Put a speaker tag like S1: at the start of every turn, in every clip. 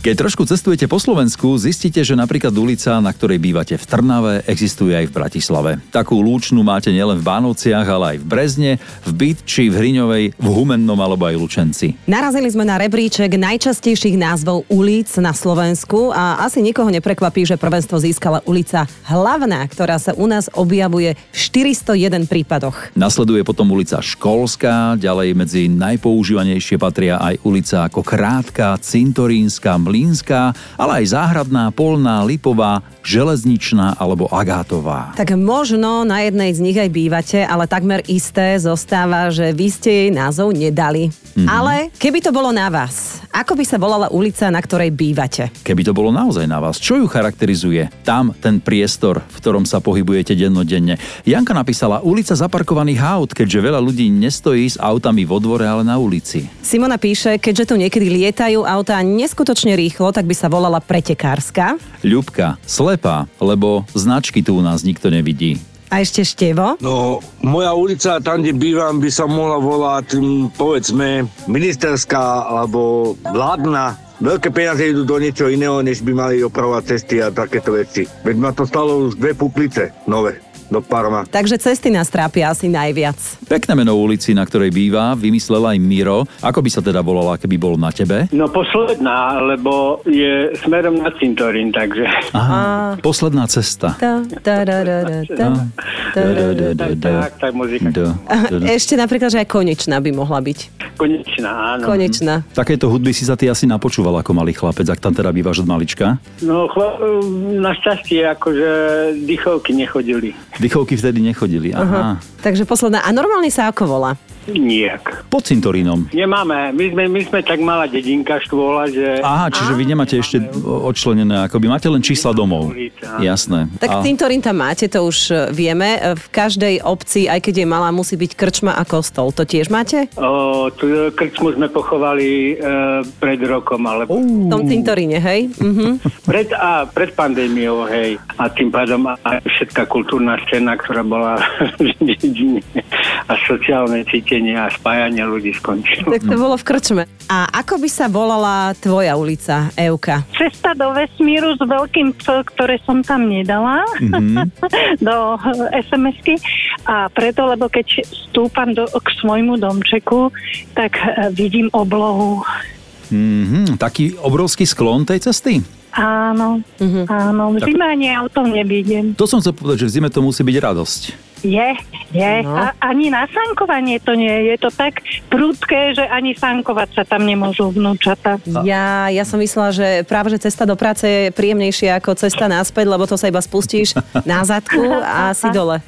S1: Keď trošku cestujete po Slovensku, zistíte, že napríklad ulica, na ktorej bývate v Trnave, existuje aj v Bratislave. Takú lúčnu máte nielen v Bánovciach, ale aj v Brezne, v Bytči, v Hriňovej, v Humennom alebo aj Lučenci.
S2: Narazili sme na rebríček najčastejších názvov ulic na Slovensku a asi nikoho neprekvapí, že prvenstvo získala ulica Hlavná, ktorá sa u nás objavuje v 401 prípadoch.
S1: Nasleduje potom ulica Školská, ďalej medzi najpoužívanejšie patria aj ulica ako Krátka, Cintorínska, Mlínská, ale aj Záhradná, Polná, Lipová, Železničná alebo Agátová.
S2: Tak možno na jednej z nich aj bývate, ale takmer isté zostáva, že vy ste jej názov nedali. Ale keby to bolo na vás, ako by sa volala ulica, na ktorej bývate?
S1: Keby to bolo naozaj na vás, čo ju charakterizuje? Tam ten priestor, v ktorom sa pohybujete dennodenne. Janka napísala ulica zaparkovaných aut, keďže veľa ľudí nestojí s autami vo dvore, ale na ulici.
S2: Simona píše, keďže tu niekedy lietajú autá neskutočne rýchlo, tak by sa volala pretekárska.
S1: Ľubka, slepá, lebo značky tu u nás nikto nevidí.
S2: A ešte Števo.
S3: No, moja ulica, tam, kde bývam, by sa mohla volať, mm, povedzme, ministerská alebo vládna. Veľké peniaze idú do niečo iného, než by mali opravovať cesty a takéto veci. Veď ma to stalo už dve puplice nové do Parma.
S2: Takže cesty nás trápia asi najviac.
S1: Pekné meno ulici, na ktorej býva, vymyslel aj Miro. Ako by sa teda volala, keby bol na tebe?
S4: No posledná, lebo je smerom na cintorín, takže...
S1: Aha, posledná cesta.
S2: Ta, ta, ra, ra, ra, ta, ta, ra, ra.
S4: Tak, tak, tak, muzika.
S1: Do, do, do.
S2: Ešte napríklad, že aj konečná by mohla byť.
S4: Konečná, áno.
S2: Konečná.
S1: Takéto hudby si sa ty asi napočúval ako malý chlapec, ak tam teda bývaš od malička.
S4: No, chla- našťastie, akože dýchovky nechodili.
S1: Dychovky vtedy nechodili, aha.
S2: Takže posledná. A normálne sa ako volá?
S4: Nijak.
S1: Pod cintorínom.
S4: Nemáme. My sme, my sme tak malá dedinka štôla, že...
S1: Aha, čiže vy nemáte ešte odčlenené, akoby máte len čísla domov.
S4: Ulica.
S1: Jasné.
S2: Tak cintorín tam máte, to už e, vieme. E, V každej obci, aj keď je malá, musí byť krčma a kostol. To tiež máte?
S4: O, tu e, krčmu sme pochovali e, pred rokom, alebo
S1: Uú,
S2: V tom cintoríne, hej? Mhm.
S4: pred, a, pred pandémiou, hej. A tým pádom aj všetká kultúrna scéna, ktorá bola v dedine a sociálne cítenie a spájanie ľudí skončilo.
S2: Tak to bolo v krčme. A ako by sa volala tvoja ulica, Euka?
S5: cesta do vesmíru s veľkým P, ktoré som tam nedala do SMS-ky a preto, lebo keď stúpam do, k svojmu domčeku, tak eh, vidím oblohu.
S1: mhm, taký obrovský sklon tej cesty.
S5: Áno,
S2: Mhm.
S5: áno. V zime ani autom nevidím.
S1: To som chcel povedať, že v zime to musí byť radosť.
S5: Je, je.
S2: No.
S5: A, ani na sankovanie to nie je. Je to tak prudké, že ani sankovať sa tam nemôžu vnúčata.
S2: Ja, ja som myslela, že práve že cesta do práce je príjemnejšia ako cesta naspäť, lebo to sa iba spustíš na zadku a si dole.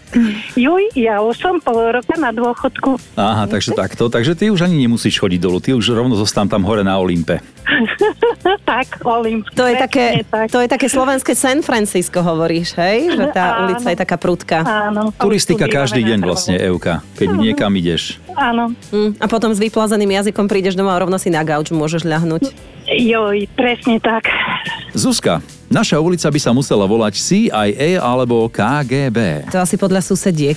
S5: Juj, ja už som pol roka na dôchodku.
S1: Aha, takže takto. Takže ty už ani nemusíš chodiť dolu, ty už rovno zostan tam hore na Olympe.
S5: No tak, Olim.
S2: To je, také,
S5: presne tak.
S2: to je také slovenské San Francisco, hovoríš, hej? Že tá
S5: Áno.
S2: ulica je taká prudká.
S5: Áno.
S1: Turistika
S5: Obsluhujeme
S1: každý
S5: na
S1: deň
S5: trhu.
S1: vlastne, Euka, keď niekam ideš.
S5: Áno.
S2: Mm, A potom s vyplazeným jazykom prídeš doma a rovno si na gauč môžeš ľahnúť.
S5: Joj, presne tak.
S1: Zuzka, naša ulica by sa musela volať CIA alebo KGB.
S2: To asi podľa susediek.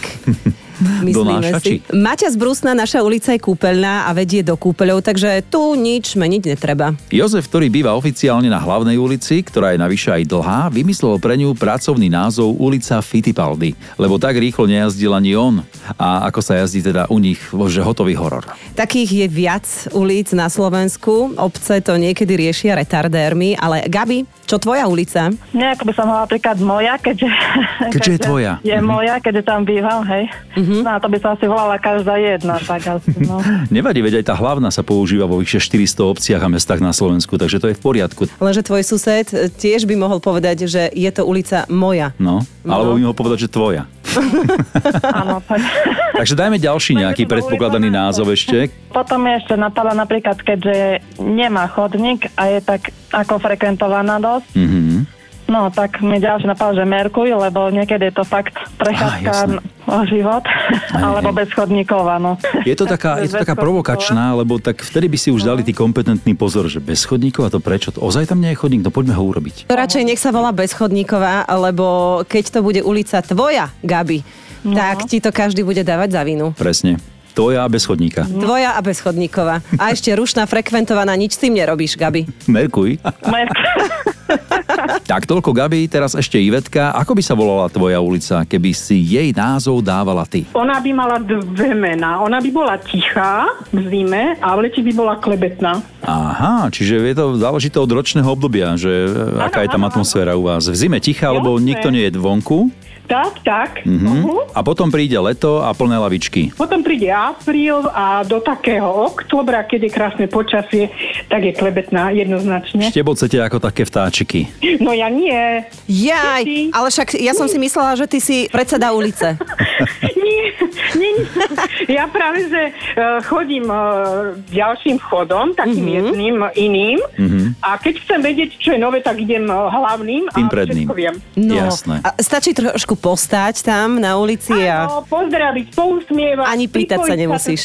S2: Myslíme
S1: Donášači.
S2: si. Maťa z Brusna, naša ulica je kúpeľná a vedie do kúpeľov, takže tu nič meniť netreba.
S1: Jozef, ktorý býva oficiálne na hlavnej ulici, ktorá je navyše aj dlhá, vymyslel pre ňu pracovný názov ulica Fittipaldi, lebo tak rýchlo nejazdil ani on. A ako sa jazdí teda u nich, že hotový horor.
S2: Takých je viac ulic na Slovensku. Obce to niekedy riešia retardérmi, ale Gabi, čo tvoja ulica?
S6: Nejako by som mala napríklad moja, keďže...
S1: Keďže je tvoja.
S6: Je
S1: Mhm.
S6: moja, keďže tam bývam, hej. No a to by som asi volala každá jedna, tak asi, no.
S1: Nevadí, veď aj tá hlavná sa používa vo vyše 400 obciach a mestách na Slovensku, takže to je v poriadku.
S2: Lenže tvoj sused e, tiež by mohol povedať, že je to ulica moja.
S1: No, alebo by mohol povedať, že tvoja.
S6: Áno, tak.
S1: Takže dajme ďalší nejaký predpokladaný názov ešte.
S6: Potom mi ešte napadla napríklad, keďže nemá chodník a je tak ako frekventovaná dosť,
S1: Mhm.
S6: no tak mi ďalšie napadlo, že Merkuj, lebo niekedy je to fakt
S1: Á, jasné.
S6: prechádzka o život, alebo bez chodníkov, áno.
S1: Je to taká, je to
S6: Bez
S1: taká
S6: chodníkov.
S1: provokačná, lebo tak vtedy by si už dali tí kompetentní pozor, že bez chodníkov a to prečo? Ozaj tam nie je chodník, no poďme ho urobiť.
S2: To radšej nech sa volá Bezchodníková, lebo keď to bude ulica tvoja, Gabi, no. tak ti to každý bude dávať za vinu.
S1: Presne. To ja bez chodníka.
S2: Tvoja a bezchodníková. A ešte rušná frekventovaná, nič s tým nerobíš, Gabi.
S1: Merkuj.
S6: Moje-
S1: tak toľko Gabi, teraz ešte Ivetka. Ako by sa volala tvoja ulica, keby si jej názov dávala ty?
S7: Ona by mala dve mená. Ona by bola tichá v zime a v lete by bola klebetná.
S1: Aha, čiže je to záleží to od ročného obdobia, že e, aká je tam atmosféra u vás. V zime tichá, lebo
S7: Jasné.
S1: nikto nie je vonku.
S7: Tak, tak. Uh-huh.
S1: Mhm. A potom príde leto a plné lavičky.
S7: Potom príde apríl a do takého oktobra, keď je krásne počasie, tak je klebetná jednoznačne.
S1: Štebocete ako také vtáčiky.
S7: No ja nie.
S2: Jaj, ale však ja som si myslela, že ty si predseda ulice.
S7: nie, nie, nie. Ja práve, že eh, chodím eh, ďalším chodom,
S1: Mhm.
S7: takým mm-hmm. jedným iným. Mm-hmm. A keď chcem vedieť, čo je nové, tak idem eh, hlavným
S1: Tým
S7: a
S1: predným.
S7: všetko viem.
S1: Jasné.
S2: No, A stačí trošku postať tam na ulici a...
S7: Áno, pozdraviť, pousmievať.
S2: Ani pýtať sa
S7: pripojiť
S2: nemusíš.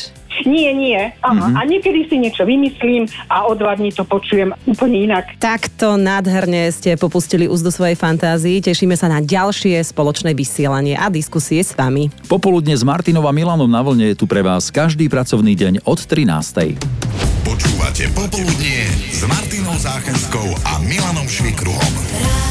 S7: Nie, nie. Aha.
S1: Mhm.
S7: Mm-hmm. A niekedy si niečo vymyslím a o dva dní to počujem úplne inak.
S2: Takto nádherne ste popustili úzdu svojej fantázii. Tešíme sa na ďalšie spoločné vysielanie a diskusie s vami.
S1: Popoludne s Martinom a Milanom na vlne je tu pre vás každý pracovný deň od 13.
S8: Počúvate Popoludnie s Martinou Záchenskou a Milanom Švikruhom.
S9: rádio